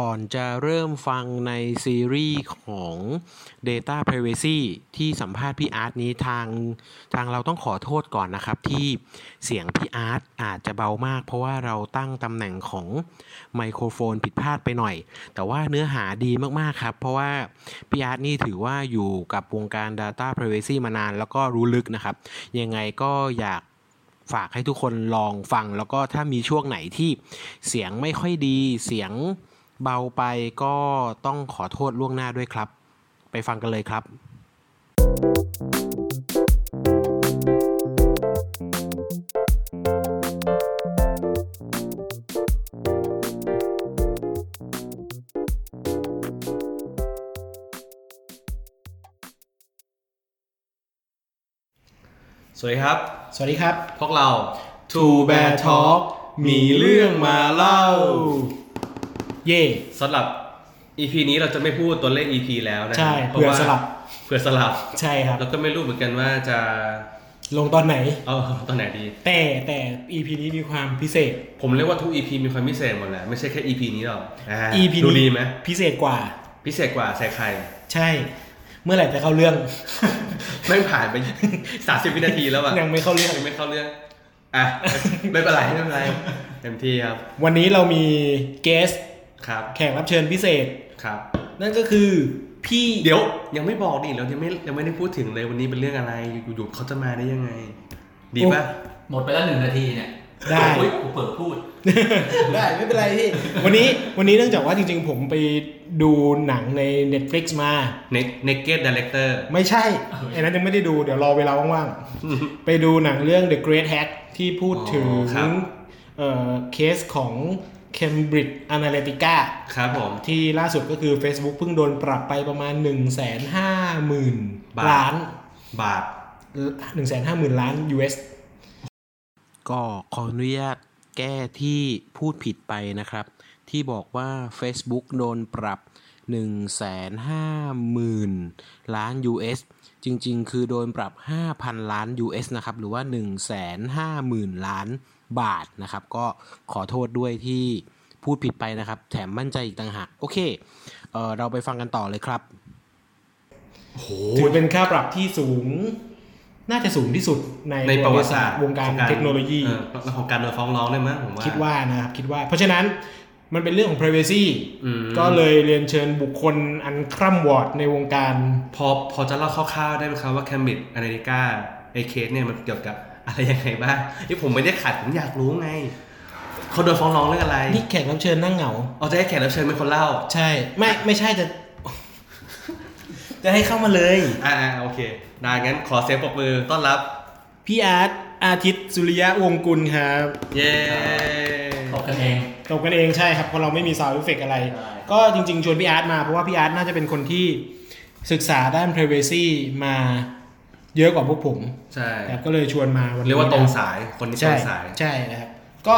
ก่อนจะเริ่มฟังในซีรีส์ของ Data Privacy ที่สัมภาษณ์พี่อาร์ตนี้ทางทางเราต้องขอโทษก่อนนะครับ ที่เสียงพี่อาร์ตอาจจะเบามาก เพราะว่าเราตั้งตำแหน่งของไมโครโฟนผิดพลาดไปหน่อย แต่ว่าเนื้อหาดีมากๆครับ เพราะว่าพี่อาร์ตนี่ถือว่าอยู่กับวงการ Data Privacy มานานแล้วก็รู้ลึกนะครับ ยังไงก็อยาก ฝากให้ทุกคนลองฟังแล้วก็ถ้ามีช่วงไหนที่เสียงไม่ค่อยดีเสียงเบาไปก็ต้องขอโทษล่วงหน้าด้วยครับ ไปฟังกันเลยครับ สวัสดีครับ สวัสดีครับ พวกเรา Two Bear Talk มีเรื่องมาเล่า เย่ สำหรับ EP นี้เราจะไม่พูดตัวเลข EP แล้วนะ ใช่ พราะว่า เผื่อสลับ เผื่อสลับ ใช่ครับ แล้วก็ไม่รู้เหมือนกันว่าจะ ลงตอนไหน เอาตอนไหนดี แต่แต่ EP นี้มีความพิเศษ ผมเรียกว่าทุก EP มีความพิเศษหมดแหละไม่ใช่แค่ EP นี้หรอกอ่า EP ดู นี้ ดีไหม พิเศษกว่า พิเศษกว่าใส่ใคร ใช่ เมื่อไหร่จะเข้าเรื่อง ไม่งผ่านไป 30 วินาทีแล้วอะ ยังไม่เข้าเรื่อง ยังไม่เข้าเรื่องอ่ะ ไม่เป็นไรไม่เป็นไรเต็มที่ครับ วันนี้เรามีเกส ครับ แขกรับเชิญพิเศษ ครับ นั่นก็คือพี่ เดี๋ยวยังไม่บอกดิเรายังไม่ยังไม่ได้พูดถึงเลยวันนี้เป็นเรื่องอะไรอยู่ๆเขาจะมาได้ยังไง ดีป่ะ หมดไปแล้วหนึ่งนาทีเนี่ย ได้ อุ๊ยกูเปิดพูด ได้ไม่เป็นไรพี่ วันนี้วันนี้เนื่องจากว่าจริงๆ ผมไปดูหนังใน Netflix มา เน็กเก็ตดีเลกเตอร์ ไม่ใช่ไอ้นั้นยังไม่ได้ดูเดี๋ยวรอเวลาว่างๆ ไปดูหนังเรื่อง The Great Hack ที่พูดถึงเอ่อเคสของ Cambridge Analytica ครับผม ที่ล่าสุดก็คือ Facebook เพิ่งโดนปรับไปประมาณ 1 5 0 0 0 บาท 0 ล้าน บาท 1 5 0 0 0 0 ล้าน US ก็ขออนุญาตแก้ที่พูดผิดไปนะครับ ที่บอกว่า Facebook โดนปรับ 150,000 ล้าน US จริงๆ คือโดนปรับ 5,000 ล้าน US นะครับ หรือว่า 150,000 ล้านบาทนะครับ ก็ขอโทษด้วยที่พูดผิดไปนะครับ แถมมั่นใจอีกต่างหาก โอเคเออเราไปฟังกันต่อเลยครับ ถือเป็นค่าปรับที่สูง น่าจะสูงที่สุดใน ในประวัติศาสตร์ วงการ ขอ เทคโนโลยี เออแล้วของการโดนฟ้องร้องด้วยมั้งผมว่า คิดว่านะครับคิดว่า เพราะฉะนั้นมันเป็นเรื่องของ privacy อืม ก็เลยเรียนเชิญบุคคลอันคร่ำวอดในวงการ พอพอจะเล่าคร่าวๆได้ไหมครับว่าแคมบิดอเมริกาไอเคสเนี่ยมันเกี่ยวกับอะไรยังไงบ้างที่ผมไม่ได้ขัดผมอยากรู้ไงเขาโดนฟ้องร้องเรื่องอะไร นี่แขกรับเชิญนั่งเหงา เอาจะให้แขกรับเชิญเป็นคนเล่า ใช่ ไม่ไม่ใช่จะ จะให้เข้ามาเลย อ่าๆโอเคได้งั้นขอเสียงปรบมือต้อนรับ พี่อาร์ตอาทิตย์สุริยะวงกุลครับ เย้ ตกกันเอง ตบกันเองใช่ครับเพราะเราไม่มีซาวด์เอฟเฟกอะไร ใช่ ก็จริงๆ ชวนพี่อาร์ตมา เพราะว่าพี่อาร์ตน่าจะเป็นคนที่ศึกษาด้าน privacy มาเยอะกว่าพวกผม ใช่ ครับก็เลยชวนมาวันนี้ เรียกว่าตรงสายคนนี้ต ใช่ รงสาย ใช่นะครับ ก็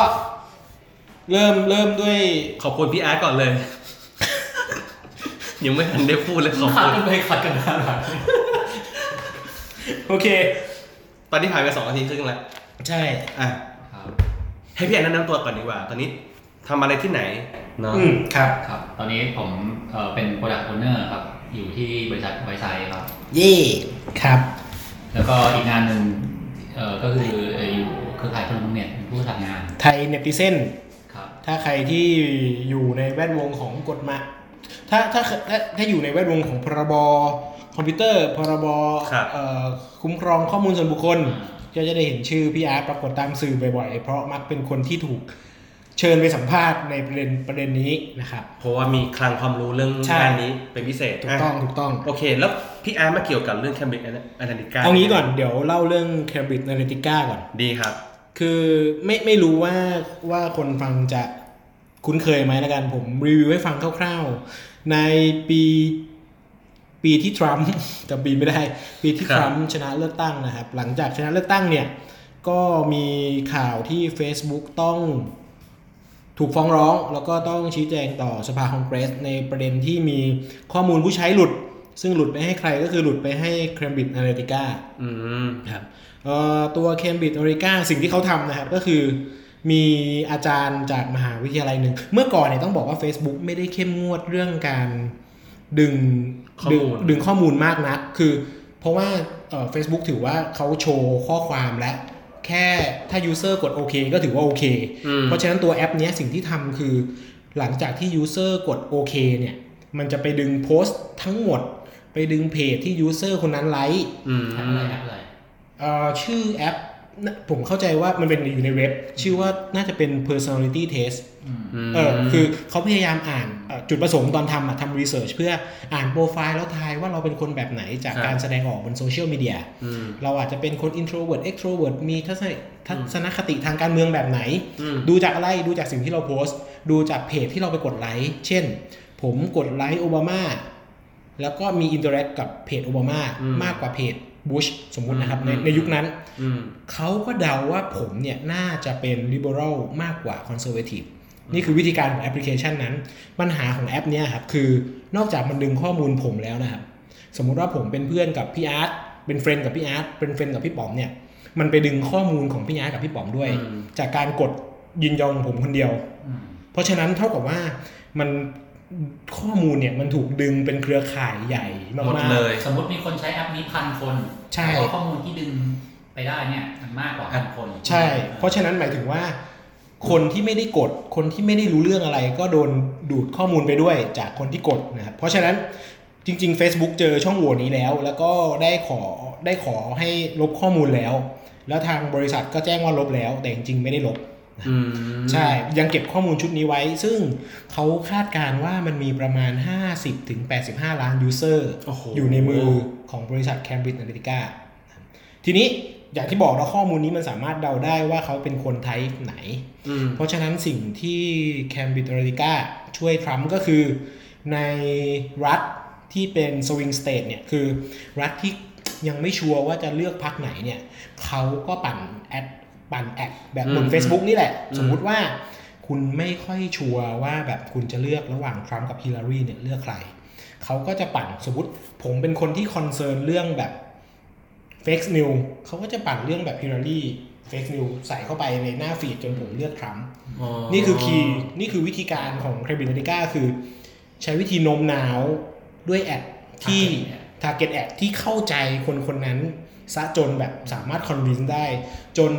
เริ่มเริ่มด้วย ขอบคุณพี่อาร์ตก่ อนเลย ยังไม่ทันได้พูดเลยขอบ ขัด คุณ กันไปขัดกันมาหลัง โอเค ตอนนี้ผ่านไปสองนาทีครึ่งแล้ว ใช่ อ่ะ ครับ ให้พี่อาร์ตแนะนำตัวก่อนดีกว่า ตอนนี้ทำอะไรที่ไหนเนาะ อืมครับ ครับ ตอนนี้ผมเอ่อเป็น Product Owner ครับ อยู่ที่บริษัทไวไซครับ เย่ครับ แล้วก็อีกงานหนึ่งเอ่อก็คือเอ่ออยู่เครือข่ายพลเมืองเน็ตเป็นผู้ประสานงาน ไทยเนติเซน ครับ ถ้าใครที่อยู่ในแวดวงของกฎหมายถ้าถ้าถ้าถ้าอยู่ในแวดวงของพรบคอมพิวเตอร์ พรบเอ่อคุ้มครองข้อมูลส่วนบุคคล ก็จะได้เห็นชื่อพี่อาร์ตปรากฏตามสื่อบ่อยๆ เพราะมักเป็นคนที่ถูกเชิญไปสัมภาษณ์ในประเด็นประเด็นนี้นะครับ เพราะว่ามีคลังความรู้เรื่อง ใช่ ด้านนี้เป็นพิเศษ ถูกต้อง ะ ถูกต้อง โอเค แล้วพี่อาร์ตมาเกี่ยวกับเรื่อง Cambridge Analytica เอางี้ก่อนเดี๋ยวเล่าเรื่อง Cambridge Analytica ก่อน ดีครับ คือไม่ไม่รู้ว่าว่าคนฟังจะคุ้นเคยไหมละกัน ผมรีวิวให้ฟังคร่าวๆ ในปีปีที่ทรัมป์ แต่ปีไม่ได้ ปีที่ ครั ท บ รัมป์ชนะเลือกตั้งนะครับ หลังจากชนะเลือกตั้งเนี่ย ก็มีข่าวที่ Facebook ต้องถูกฟ้องร้อง แล้วก็ต้องชี้แจงต่อสภาคองเกรส ในประเด็นที่มีข้อมูลผู้ใช้หลุด ซึ่งหลุดไปให้ใครก็คือหลุดไปให้ Cambridge Analytica อืม ครับเอ่อตัว Cambridge Analytica สิ่งที่เขาทำนะครับ ก็คือ มีอาจารย์จากมหาวิทยาลัยหนึ่ง เมื่อก่อนเนี่ยต้องบอกว่า Facebook ไม่ได้เข้มงวดเรื่องการดึง ข้อ ดึ มู ง ล ดึงข้อมูลมากนัก คือเพราะว่าเอ่อ Facebook ถือว่าเขาโชว์ข้อความและ แค่ถ้า User กดโอเคก็ถือว่าโอเค อืม เพราะฉะนั้นตัวแอปเนี้ยสิ่งที่ทำคือ หลังจากที่ User กดโอเคเนี่ย มันจะไปดึงโพสต์ทั้งหมด ไปดึงเพจที่ User คนนั้นไลค์ อืม แอปอะไรแอปอะไร เอ่อชื่อแอปน่ะผมเข้าใจว่ามันเป็นอยู่ในเว็บ ชื่อว่าน่าจะเป็น personality test อืม ม เออคือเขาพยายามอ่านเอ่อจุดประสงค์ตอนทำอะทำรีเสิร์ชเพื่ออ่านโปรไฟล์แล้วทายว่าเราเป็นคนแบบไหนจาก ครับ การแสดงออกบนโซเชียลมีเดีย ม เราอาจจะเป็นคน introvert extrovert มีทัศนทั อืม ศนคติทางการเมืองแบบไหน อืม ดูจากอะไรดูจากสิ่งที่เราโพสต์ ดูจากเพจที่เราไปกดไลค์เช่น ผมกดไลค์โอบามาแล้วก็มีอินเตอร์แอคกับเพจโอบามา อืม มากกว่าเพจบุชสมมุตินะครับใน อืม ในยุคนั้น อืม เขาก็เดาว่าผมเนี่ยน่าจะเป็น liberal มากกว่า conservative นี่คือวิธีการของแอปพลิเคชันนั้น ปัญหาของแอปเนี้ยครับ คือนอกจากมันดึงข้อมูลผมแล้วนะครับ สมมุติว่าผมเป็นเพื่อนกับพี่อาร์ตเป็นเฟรนด์กับพี่อาร์ตเป็นเฟรนด์กับพี่ป๋อมเนี่ย มันไปดึงข้อมูลของพี่อาร์ตกับพี่ป๋อมด้วย อืม จากการกดยินยอมของผมคนเดียว อืม เพราะฉะนั้นเท่ากับว่ามันข้อมูลเนี่ยมันถูกดึงเป็นเครือข่ายใหญ่มากหๆมดเลย สมมติมีคนใช้แอปนี้พันคน ใช่ แต่ว่าข้อมูลที่ดึงไปได้เนี่ยมันมากกว่าพันคน ใช่ เพราะฉะนั้นหมายถึงว่า คนที่ไม่ได้กด คนที่ไม่ได้รู้เรื่องอะไร ก็โดนดูดข้อมูลไปด้วยจากคนที่กดนะครับ เพราะฉะนั้นจริง ๆ Facebook เจอช่องโหว่นี้แล้ว แล้วก็ได้ขอได้ขอให้ลบข้อมูลแล้ว แล้วทางบริษัทก็แจ้งว่าลบแล้ว แต่จริงๆไม่ได้ลบ อืม ใช่ ยังเก็บข้อมูลชุดนี้ไว้ ซึ่งเขาคาดการณ์ว่ามันมีประมาณ 50-85ถึง85 ล้านยูเซอร์ โอ้โห อยู่ในมือของบริษัท Cambridge Analytica ทีนี้อย่างที่บอกนะข้อมูลนี้มันสามารถเดาได้ว่าเขาเป็นคนไทป์ไหน อืม เพราะฉะนั้นสิ่งที่ Cambridge Analytica ช่วยทรัมป์ก็คือในรัฐที่เป็น swing state เนี่ย คือรัฐที่ยังไม่ชัวร์ว่าจะเลือกพรรคไหนเนี่ยเขาก็ปั่นแอดปั่นแอดแบบบน อืม Facebook นี่แหละ อืม สมมุติว่าคุณไม่ค่อยชัวร์ว่าแบบคุณจะเลือกระหว่างทรัมป์กับฮิลลารีเนี่ยเลือกใคร เขาก็จะปั่นสมมติผมเป็นคนที่คอนเซิร์นเรื่องแบบเฟกซ์นิวเขาก็จะปั่นเรื่องแบบฮิลลารีเฟกซ์นิวใส่เข้าไปในหน้าฟีดจนผมเลือกทรัมป์ อ๋อ นี่คือคีย์นี่คือวิธีการของเครดิตติก้าคือ ใช้วิธีโน้มน้าวด้วยแอดที่ t a r g e t ad ที่เข้าใจคนคนนั้นซะจนแบบสามารถคอนวินได้ จน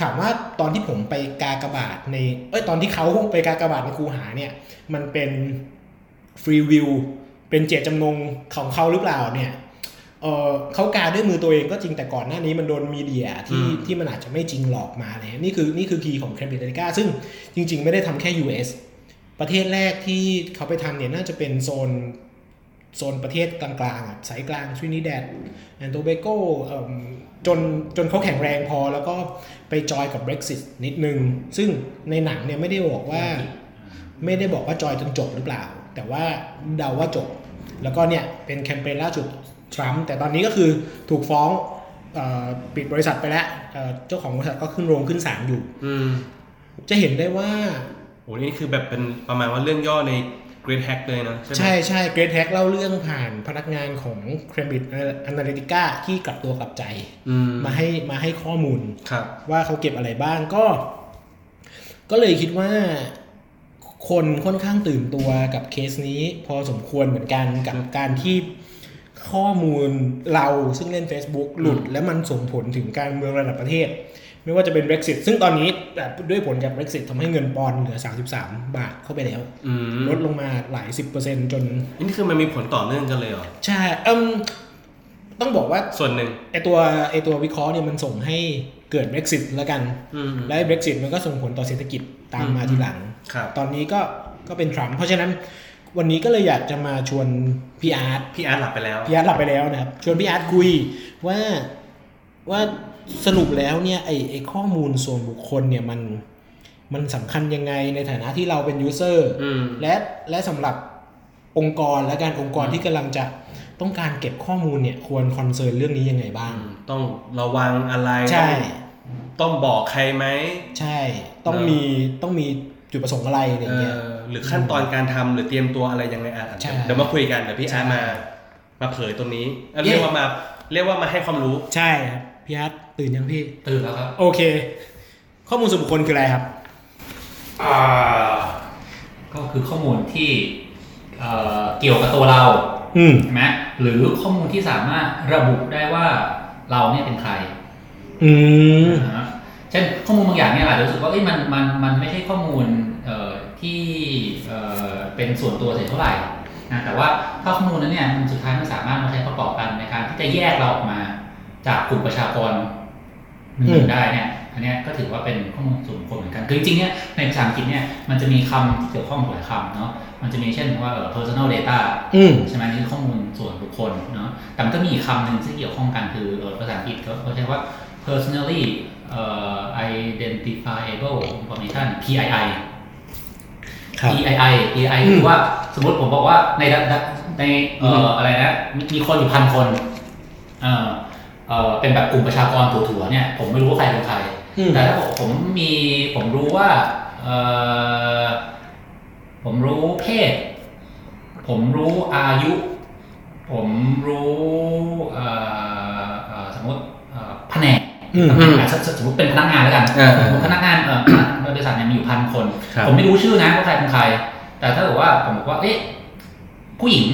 ถามว่าตอนที่ผมไปกากบาทในเอ้ยตอนที่เขาไปกากบาทในครูหาเนี่ย มันเป็นฟรีวิวเป็นเจตจำนงของเขาหรือเปล่าเนี่ยเออเขากาด้วยมือตัวเองก็จริงแต่ก่อนหน้านี้มันโดนมีเดียที่ อืม ที่มันอาจจะไม่จริงหลอกมาเนี่ยนี่คือนี่คือคีย์ของเครดิตติก้าซึ่งจริง ๆ ไม่ได้ทำแค่ US ประเทศแรกที่เขาไปทำเนี่ยน่าจะเป็นโซน โซนประเทศกลางๆอ่ะสายกลางทรินิแดดแอนโตเบโกจนจนเขาแข็งแรงพอแล้วก็ไปจอยกับ Brexit นิดนึง ซึ่งในหนังเนี่ยไม่ได้บอกว่า ไม่ได้บอกว่าจอยจนจบหรือเปล่า แต่ว่าเดาว่าจบ แล้วก็เนี่ยเป็นแคมเปญล่าสุดทรัมป์แต่ตอนนี้ก็คือถูกฟ้องเออปิดบริษัทไปแล้วเอ่อเจ้าของบริษัทก็ขึ้นโรงขึ้นศาลอยู่ อืม จะเห็นได้ว่า โอ้นี่คือแบบเป็นประมาณว่าเรื่องย่อใน Great Hack เลยนะใช่ไหม ใช่ใช่เกรทแฮกเล่าเรื่องผ่านพนักงานของเครดิตอนาลิติก้าที่กลับตัวกลับใจ อืม มาให้มาให้ข้อมูล ครับ ว่าเขาเก็บอะไรบ้างก็ ก็เลยคิดว่าคนค่อนข้างตื่นตัวกับเคสนี้ พอสมควรเหมือนกันกับการที่ข้อมูลเราซึ่งเล่น Facebook หลุด และมันส่งผลถึงการเมืองระดับประเทศ ไม่ว่าจะเป็น Brexit ซึ่งตอนนี้แบบด้วยผลจาก Brexit ทำให้เงินปอนด์เหลือ 33 บาทเข้าไปแล้ว อืม ลดลงมาหลาย 10%จน นี่คือมันมีผลต่อเนื่องกันเลยเหรอ ใช่เอิ่มต้องบอกว่า ส่วนหนึ่ง ไอตัวไอตัววิเคราะห์เนี่ยมันส่งให้เกิด Brexit แล้วกัน อืม และ Brexit มันก็ส่งผลต่อเศรษฐกิจตามมา อืม ทีหลัง ครับ ตอนนี้ก็ก็เป็นทรัมป์เพราะฉะนั้นวันนี้ก็เลยอยากจะมาชวนพี่อาร์ต พี่อาร์ตหลับไปแล้ว พี่อาร์ตหลับไปแล้วนะครับ ชวนพี่อาร์ตคุยว่าว่าสรุปแล้วเนี่ยไอไอข้อมูลส่วนบุคคลเนี่ยมันมันสำคัญยังไงในฐานะที่เราเป็นยูเซอร์ อืม และและสำหรับองค์กรและการองค์กรที่กำลังจะต้องการเก็บข้อมูลเนี่ยควรคอนเซิร์นเรื่องนี้ยังไงบ้าง ต้องระวังอะไร ใช่ ต้องบอกใครไหม ใช่ ต้อง เออ มีต้องมีจุดประสงค์อะไรอะไรเงี้ย เอ่อหรือขั้นตอนการทำหรือเตรียมตัวอะไรยังไงอ่ะ ใช่ เดี๋ยวมาคุยกันเดี๋ยวพี่อาร์ต ใช่ มา มาเผยตรงนี้เอ่อ เย้ เรียกว่ามา เรียกว่ามาให้ความรู้ ใช่ครับพี่อาร์ตตื่นยังพี่ ตื่นแล้วครับ โอเค ข้อมูลส่วนบุคคลคืออะไรครับ อ่า ก็คือข้อมูลที่เอ่อเกี่ยวกับตัวเรา อืม ใช่ไหมหรือข้อมูลที่สามารถระบุได้ว่าเราเนี่ยเป็นใคร อืม นะฮะเช่นข้อมูลบางอย่างเนี่ยอาจจะรู้สึกว่าเอ้ยมันมันมันไม่ใช่ข้อมูลเอ่อที่เอ่อเป็นส่วนตัวเสียเท่าไหร่นะแต่ว่าถ้าข้อมูลนั้นเนี่ยมันสุดท้ายมันสามารถมาใช้ประกอบกันในการที่จะแยกเราออกมาจากกลุ่มประชากรหนึ่งๆได้เนี่ยอันเนี้ยก็ถือว่าเป็นข้อมูลส่วนบุคคลเหมือนกันคือจริงๆเนี่ยในภาษาอังกฤษเนี่ยมันจะมีคำที่เกี่ยวข้องกับหลายคำเนาะมันจะมีเช่นว่าเอ่อ personal data อืม ใช่ไหมนี่คือข้อมูลส่วนบุคคลเนาะแต่มันก็มีอีกคำหนึ่งที่เกี่ยวข้องกันคือเอ่อภาษาอังกฤษเขาใช้ว่า personally เอ่อ identifiable information PII PII PII อืม คือว่าสมมติผมบอกว่าในดะดะในเอ่ออะไรนะมีมีคนอยู่พันคนเอ่อเอ่อเป็นแบบกลุ่มประชากรถั่วๆเนี่ยผมไม่รู้ว่าใครเป็นใคร อืม แต่ถ้าผมมีผมรู้ว่าเออผมรู้เพศ ผมรู้อายุ ผมรู้เอ่อเอ่อสมมติเอ่อแผนก อืม อ่ะสสสมมติเป็นพนักงานแล้วกัน เออเออ ผมพนักงานเอ่อบริษัทเนี่ยมีอยู่พันคน ครับ ผมไม่รู้ชื่อนะว่าใครเป็นใคร แต่ถ้าเกิดว่าผมบอกว่าเอ๊ะผู้หญิง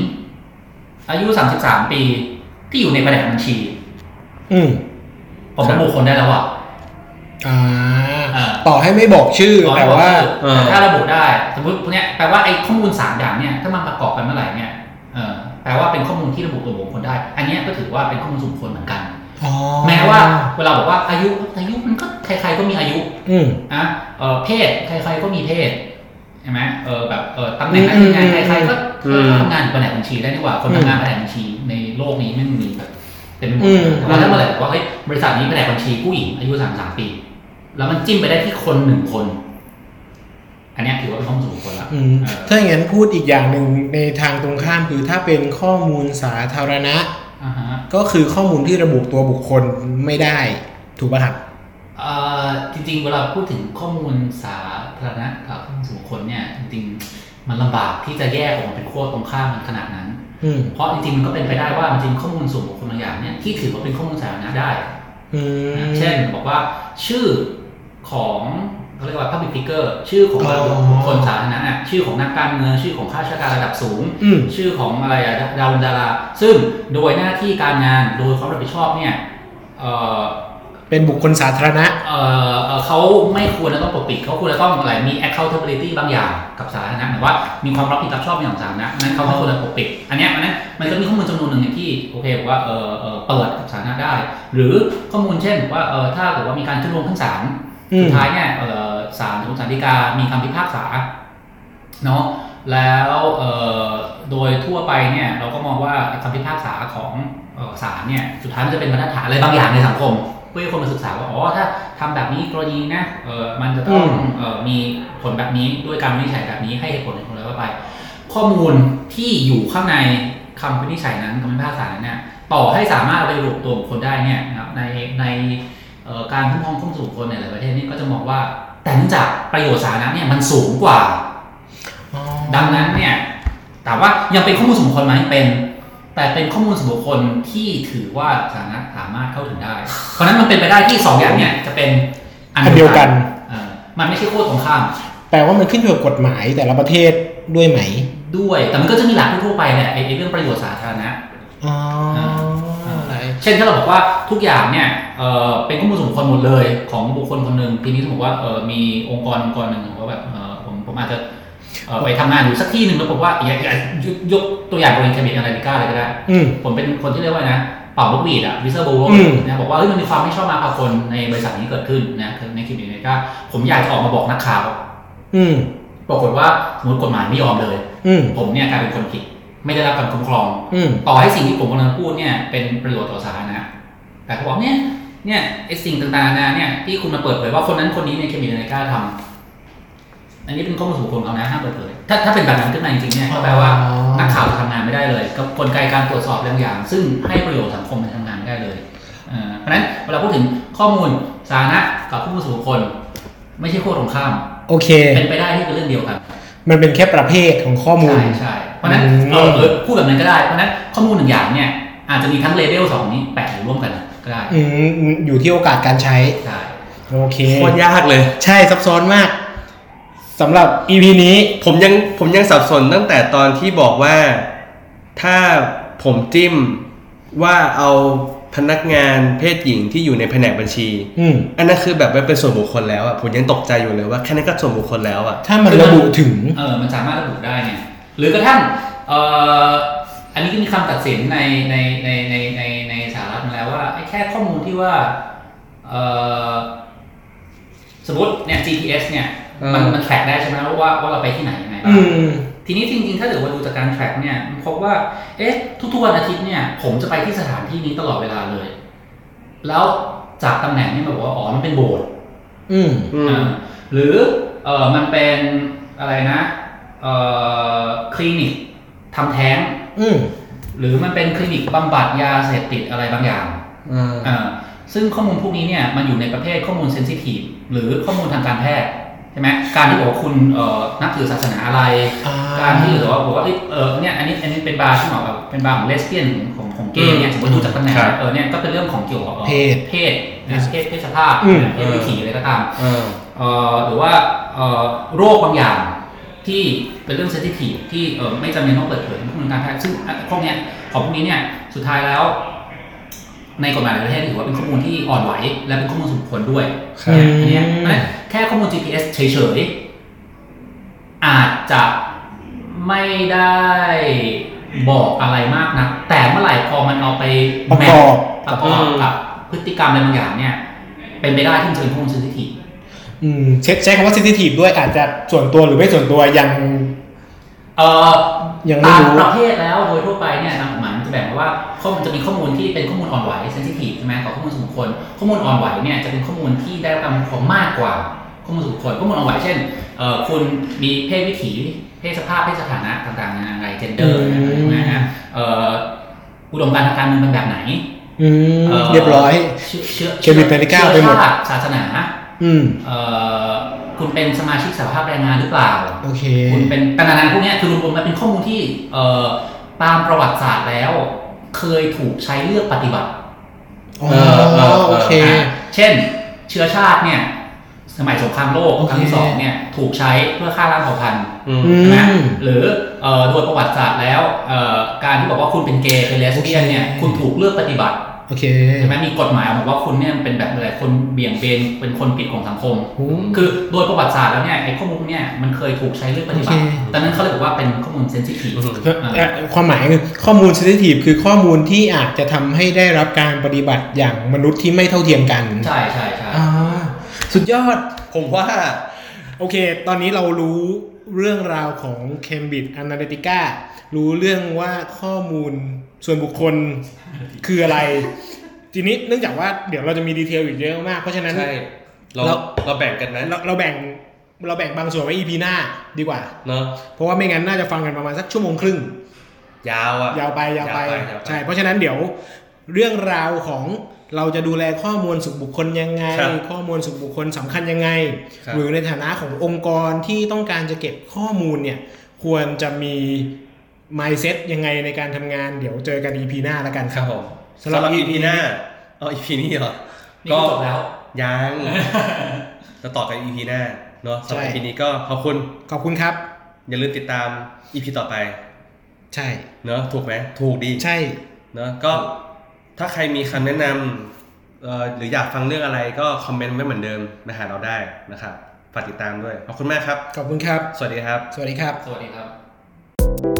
อายุ 33 ปีที่อยู่ในแผนกบัญชี อืม ผมระบุคนได้แล้วอ่ะ อ่า อ่า ต่อให้ไม่บอกชื่อ ร้อย แต่ ก ว่า ชื่อ เออ แต่ถ้าระบุได้สมมติพวกเนี้ยแปลว่าไอ้ข้อมูลสามอย่างเนี่ยถ้ามันประกอบกันเมื่อไหร่เนี่ยเออแปลว่าเป็นข้อมูลที่ระบุตัวบุคคลได้ อันเนี้ยก็ถือว่าเป็นข้อมูลส่วนบุคคลเหมือนกัน อ๋อ แม้ว่าเวลาบอกว่าอายุอายุมันก็ใครๆก็มีอายุ อืม นะเออเพศใครๆก็มีเพศใช่ไหมเออแบบเออตำแหน่งหน้าที่งานใครๆก็ อืม ทำงานอยู่แผนกบัญชีได้นี่หว่าคน อืม ทำงานแผนกบัญชีในโลกนี้ไม่มีแบบเต็มไปหม อื ด ม แต่ว่าถ้าเมื่อไหร่บอกว่าเฮ้ยบริษัทนี้แผนกบัญชีผู้หญิงอายุสามสามปี แล้วมันจิ้มไปได้ที่คนหนึ่งคน อันเนี้ยถือว่าเป็นข้อมูลส่วนบุคคลละ อืม เออ ถ้าอย่างนั้นพูดอีกอย่างหนึ่งในทางตรงข้ามคือถ้าเป็นข้อมูลสาธารณะ อ่าฮะ ก็คือข้อมูลที่ระบุตัวบุคคลไม่ได้ ถูกป่ะครับ เอ่อจริงๆเวลาพูดถึงข้อมูลสาธารณะกับข้อมูลส่วนบุคคลเนี่ยจริงๆมันลำบากที่จะแยกออกมาเป็นขั้วตรงข้ามกันขนาดนั้น อืม เพราะจริงๆมันก็เป็นไปได้ว่ามันจริงข้อมูลส่วนบุคคลบางอย่างเนี่ยที่ถือว่าเป็นข้อมูลสาธารณะได้ อืม นะเช่นบอกว่าชื่อของเขาเรียกว่า public figure ชื่อของ อ๋อ บุคคลสาธารณะน่ะชื่อของนักการเมืองชื่อของข้าราชการระดับสูง อืม ชื่อของอะไรอะดาดาวดาราซึ่งโดยหน้าที่การงานโดยความรับผิดชอบเนี่ยเอ่อ เป็นบุคคลสาธารณะ เอ่อเอ่อเขาไม่ควรจะต้องปกปิดเขาควรจะต้องอะไรมี accountability บางอย่างกับสาธารณะหมายว่ามีความรับผิดรับชอบอย่างสาธารณะนั้นเขาไม่ควรจะปกปิด อันเนี้ยอันนั้นมันก็มีข้อมูลจำนวนหนึ่งเนี่ยที่โอเคบอกว่าเออเออเปิดกับสาธารณะได้ หรือข้อมูลเช่นบอกว่าเออถ้าเกิดว่ามีการขึ้นลงขึ้นศาล อืม สุดท้ายเนี่ยเออศาลสมมติศาลฎีกามีคำพิพากษาเนาะแล้วเออโดยทั่วไปเนี่ยเราก็มองว่าคำพิพากษาของเอ่อศาลเนี่ยสุดท้ายมันจะเป็นบรรทัดฐานอะไรบางอย่างในสังคม เพื่อให้คนมาศึกษาว่า อ๋อ ถ้าทำแบบนี้กรณีนะ เออมันจะต้อง อืม เออมีผลแบบนี้ด้วยการวินิจฉัยแบบนี้ให้เหตุผลในคนแล้วไป ข้อมูลที่อยู่ข้างในคำวินิจฉัยนั้นคำพิพากษานั้นเนี่ยต่อให้สามารถเอาไปรวบตัวบุคคลได้เนี่ยนะครับในในเอ่อการคุ้มครองข้อมูลส่วนบุคคลในหลายประเทศเนี่ยก็จะมองว่าแต่เนื่องจากประโยชน์สาธารณะเนี่ยมันสูงกว่า อ๋อ ดังนั้นเนี่ยถามว่ายังเป็นข้อมูลส่วนบุคคลไหมเป็น แต่เป็นข้อมูลส่วนบุคคลที่ถือว่าสาธารณะสามารถเข้าถึงได้ เพราะฉะนั้นมันเป็นไปได้ที่สองอย่างเนี่ยจะเป็น อันเดียวกัน เอ่อมันไม่ใช่โคตรตรงข้าม แปลว่ามันขึ้นอยู่กับกฎหมายแต่ละประเทศด้วยไหม ด้วย แต่มันก็จะมีหลักทั่วๆไปแหละไอ้ไอ้เรื่องประโยชน์สาธารณะ อ๋อ อ่า เช่นถ้าเราบอกว่าทุกอย่างเนี่ยเอ่อเป็นข้อมูลส่วนบุคคลหมดเลย ของบุคคลคนหนึ่งทีนี้สมมติว่าเอ่อมีองค์กรองค์กรหนึ่งผมว่าแบบเอ่อผมผมอาจจะเอ่อไปทำงานอยู่สักที่หนึ่งแล้วผมว่าอย่าอย่ายกยกตัวอย่างกรณีแคมเปญอะไรก้าเลยก็ได้ อืม ผมเป็นคนที่เรียกว่านะเป่าลูกบีดอะวิเซอร์โบ อืม นะบอกว่าเฮ้ยมันมีความไม่ชอบมาพากลในบริษัทนี้เกิดขึ้นนะในคลิปนี้ก็ผมอยากจะออกมาบอกนักข่าว อืม ปรากฏว่าสมมติกฎหมายไม่ยอมเลย อืม ผมเนี่ยกลายเป็นคนผิด ไม่ได้รับการคุ้มครอง อืม ต่อให้สิ่งที่ผมกำลังพูดเนี่ยเป็นประโยชน์ต่อสาธารณะแต่เขาบอกเนี่ยเนี่ยไอสิ่งต่างๆนานาเนี่ยที่คุณมาเปิดเผยว่าคนนั้นคนนี้ในเคมีนาฬิกาทำอันนี้เป็นข้อมูลส่วนบุคคลเขานะห้ามเปิดเผยถ้าถ้าเป็นแบบนั้นขึ้นมาจริงๆเนี่ยก็แปลว่า อ๋อ นักข่าวจะทำงานไม่ได้เลยกับกลไกการตรวจสอบบางอย่าง ซึ่งให้ประโยชน์สังคมมันทำงานไม่ได้เลยเอ่อเพราะฉะนั้นเวลาพูดถึงข้อมูลสาธารณะกับข้อมูลส่วนบุคคล ไม่ใช่ขั้วตรงข้าม โอเค เป็นไปได้ที่เป็นเรื่องเดียวกัน มันเป็นแค่ประเภทของข้อมูล ใช่ใช่เพราะฉะนั้น อืม เออเออพูดแบบนั้นก็ได้ เพราะฉะนั้นข้อมูลหนึ่งอย่างเนี่ย อาจจะมีทั้งเลเวลสองนี้แปะอยู่ร่วมกันก็ได้ อืมอยู่ที่โอกาสการใช้ ใช่ โอเค โคตรยากเลย ใช่ซับซ้อนมากสำหรับ EP นี้ ผมยังผมยังสับสนตั้งแต่ตอนที่บอกว่าถ้าผมจิ้มว่าเอาพนักงานเพศหญิงที่อยู่ในแผนกบัญชี อืม อันนั้นคือแบบว่าเป็นส่วนบุคคลแล้วอ่ะผมยังตกใจอยู่เลยว่าแค่นั้นก็ส่วนบุคคลแล้วอ่ะ ถ้ามันระบุถึง เออ มันสามารถระบุได้เนี่ย หรือกระทั่งเอ่ออันนี้ก็มีคำตัดสินในในในในในในสหรัฐมาแล้วว่าไอ้แค่ข้อมูลที่ว่าเอ่อสมมติเนี่ย GPS เนี่ย มัน เออ มันแทร็กได้ใช่ไหมว่าว่าเราไปที่ไหนยังไงบ้า อื ง ม ทีนี้จริงๆ ถ้าเกิดว่าดูจากการแทร็กเนี่ยมันพบว่า เอ๊ะ ทุกๆวันอาทิตย์เนี่ย ผมจะไปที่สถานที่นี้ตลอดเวลาเลย แล้วจากตำแหน่งเนี่ยมันบอกว่า อ๋อ มันเป็นโบสถ์ อืม อืม อ่าหรือ เออมันเป็นอะไรนะ เออคลินิกทำแท้ง อืม หรือมันเป็นคลินิกบำบัดยาเสพติดอะไรบางอย่าง อ่า อ่าซึ่งข้อมูลพวกนี้เนี่ยมันอยู่ในประเภทข้อมูลเซนซิทีฟหรือข้อมูลทางการแพทย์ใช่ไหมการที่บอกว่าคุณเอ่อนับถือศาสนาอะไร อ่า การที่หรือว่าบอกว่าเอ้ยเออเนี่ยอันนี้อันนี้เป็นบาร์ที่เหมาะกับเป็นบาร์ของเลสเบี้ยนของของเกย์เนี่ย อืม สมมติดูจากตำแหน่ง ครับ เออเนี่ยก็เป็นเรื่องของเกี่ยวกับอ่อ เพศ เพศนะเพศเพศสภาพ อืม เพศวิถีอะไรก็ตาม อ่า เอ่อหรือว่าเอ่อโรคบางอย่างที่เป็นเรื่องเซนซิทีฟที่เอ่อไม่จำเป็นต้องเปิดเผยในข้อมูลการแพทย์ซึ่งอ่ะพวกเนี้ยของพวกนี้เนี่ยสุดท้ายแล้ว ในกฎหมายหลายประเทศถือว่าเป็นข้อมูลที่อ่อนไหว และเป็นข้อมูลส่วนบุคคลด้วย ครับ เนี่ยอันเนี้ยนะแค่ข้อมูล GPS เฉยๆ อาจจะไม่ได้บอกอะไรมากนะแต่เมื่อไหร่พอมันเอาไปแม ประก ท อบ ประกอบกับพฤติกรรมอะไรบางอย่างเนี่ย เป็นไปได้ที่มันจะเป็นข้อมูลเซนซิทีฟ อืมใช้ใช้คำว่า sensitive ด้วยอาจจะส่วนตัวหรือไม่ส่วนตัวยัง เอ่อ ยังไม่ ตาม รู้ ประเภทแล้วโดยทั่วไปเนี่ยทางกฎหมายมันจะแบ่งไว้ว่าข้อมูลจะมีข้อมูลที่เป็นข้อมูลอ่อนไหวเซนซิทีฟใช่ไหมกับข้อมูลส่วนบุคคลข้อมูลอ่อนไหวเนี่ยจะเป็นข้อมูลที่ได้รับการคุ้มครองมากกว่าข้อมูลส่วนบุคคลข้อมูลอ่อนไหวเช่นเอ่อคุณมีเพศวิถีเพศสภาพเพศสถานะต่างๆนานาอะไรเจนเดอร์อะไรพวกเนี้ยนะเอ่ออุดมการณ์ทางการเมืองเป็นแบบไหน อืม อ่อ เรียบร้อย เชื้อเชื้อ เคมีแปดสิบเก้าไปหมด ชาติศาสนา อืม เอ่อคุณเป็นสมาชิกสหภาพแรงงานหรือเปล่า โอเค คุณเป็นตนานๆพวกเนี้ยคือรวมๆแล้วเป็นข้อมูลที่เอ่อตามประวัติศาสตร์แล้ว เคยถูกใช้เลือกปฏิบัติ อ๋อ เออเออเออ โอเค นะเช่น เชื้อชาติเนี่ยสมัยสงครามโลก โอเค ครั้งที่สองเนี่ยถูกใช้เพื่อฆ่าล้างเผ่าพันธุ์ อืม อืม นะหรือเอ่อโดยประวัติศาสตร์แล้วเอ่อการที่บอกว่าคุณเป็นเกย์เป็นเลสเบี้ยนเนี่ย โอเค คุณถูกเลือกปฏิบัติ โอเค ใช่ไหมมีกฎหมายบอกว่าคุณเนี่ยเป็นแบบอะไรคนเบี่ยงเบนเป็นคนผิดของสังคม อืม คือโดยประวัติศาสตร์แล้วเนี่ยไอ้ข้อมูลพวกเนี่ยมันเคยถูกใช้เรื่องปฏิบัติ โอเค ดังนั้นเขาเลยบอกว่าเป็นข้อมูลเซนซิทีฟ อืม เอ่อเอ่อความหมายคือข้อมูล sensitive คือข้อมูลที่อาจจะทำให้ได้รับการปฏิบัติอย่างมนุษย์ที่ไม่เท่าเทียมกัน ใช่ใช่ใช่ อ่าสุดยอด ผมว่า โอเค ตอนนี้เรารู้เรื่องราวของ Cambridge Analytica รู้เรื่องว่าข้อมูลส่วนบุคคลคืออะไร ทีนี้เนื่องจากว่าเดี๋ยวเราจะมีดีเทลอีกเยอะมาก เพราะฉะนั้น ใช่ เรา เรา เราแบ่งกันนะ เราเราแบ่งเราแบ่งบางส่วนไว้ EP หน้าดีกว่า เนาะ เพราะว่าไม่งั้นน่าจะฟังกันประมาณสักชั่วโมงครึ่ง ยาวอ่ะ ยาวไปยาวไป ยาวไปยาวไป ใช่เพราะฉะนั้นเดี๋ยวเรื่องราวของเราจะดูแลข้อมูลส่วนบุคคลยังไง ครับ ข้อมูลส่วนบุคคลสำคัญยังไง ครับ หรือในฐานะขององค์กรที่ต้องการจะเก็บข้อมูลเนี่ยควรจะมี mindset ยังไงในการทำงาน เดี๋ยวเจอกัน EP หน้าแล้วกัน ครับผม สำหรับ EP หน้าเอา EP นี้เหรอ นี่ก็จบแล้ว ยัง จะต่อกัน EP หน้าเนาะสำหรับ ใช่ EP นี้ก็ขอบคุณ ขอบคุณครับ อย่าลืมติดตาม EP ต่อไป ใช่ เนาะถูกไหมถูกดี ใช่ เนาะก็ถ้าใครมีคำแนะนำเอ่อหรืออยากฟังเรื่องอะไรก็คอมเมนต์ไว้เหมือนเดิมมาหาเราได้นะครับฝากติดตามด้วย ขอบคุณมากครับ ขอบคุณครับ สวัสดีครับ สวัสดีครับ สวัสดีครับ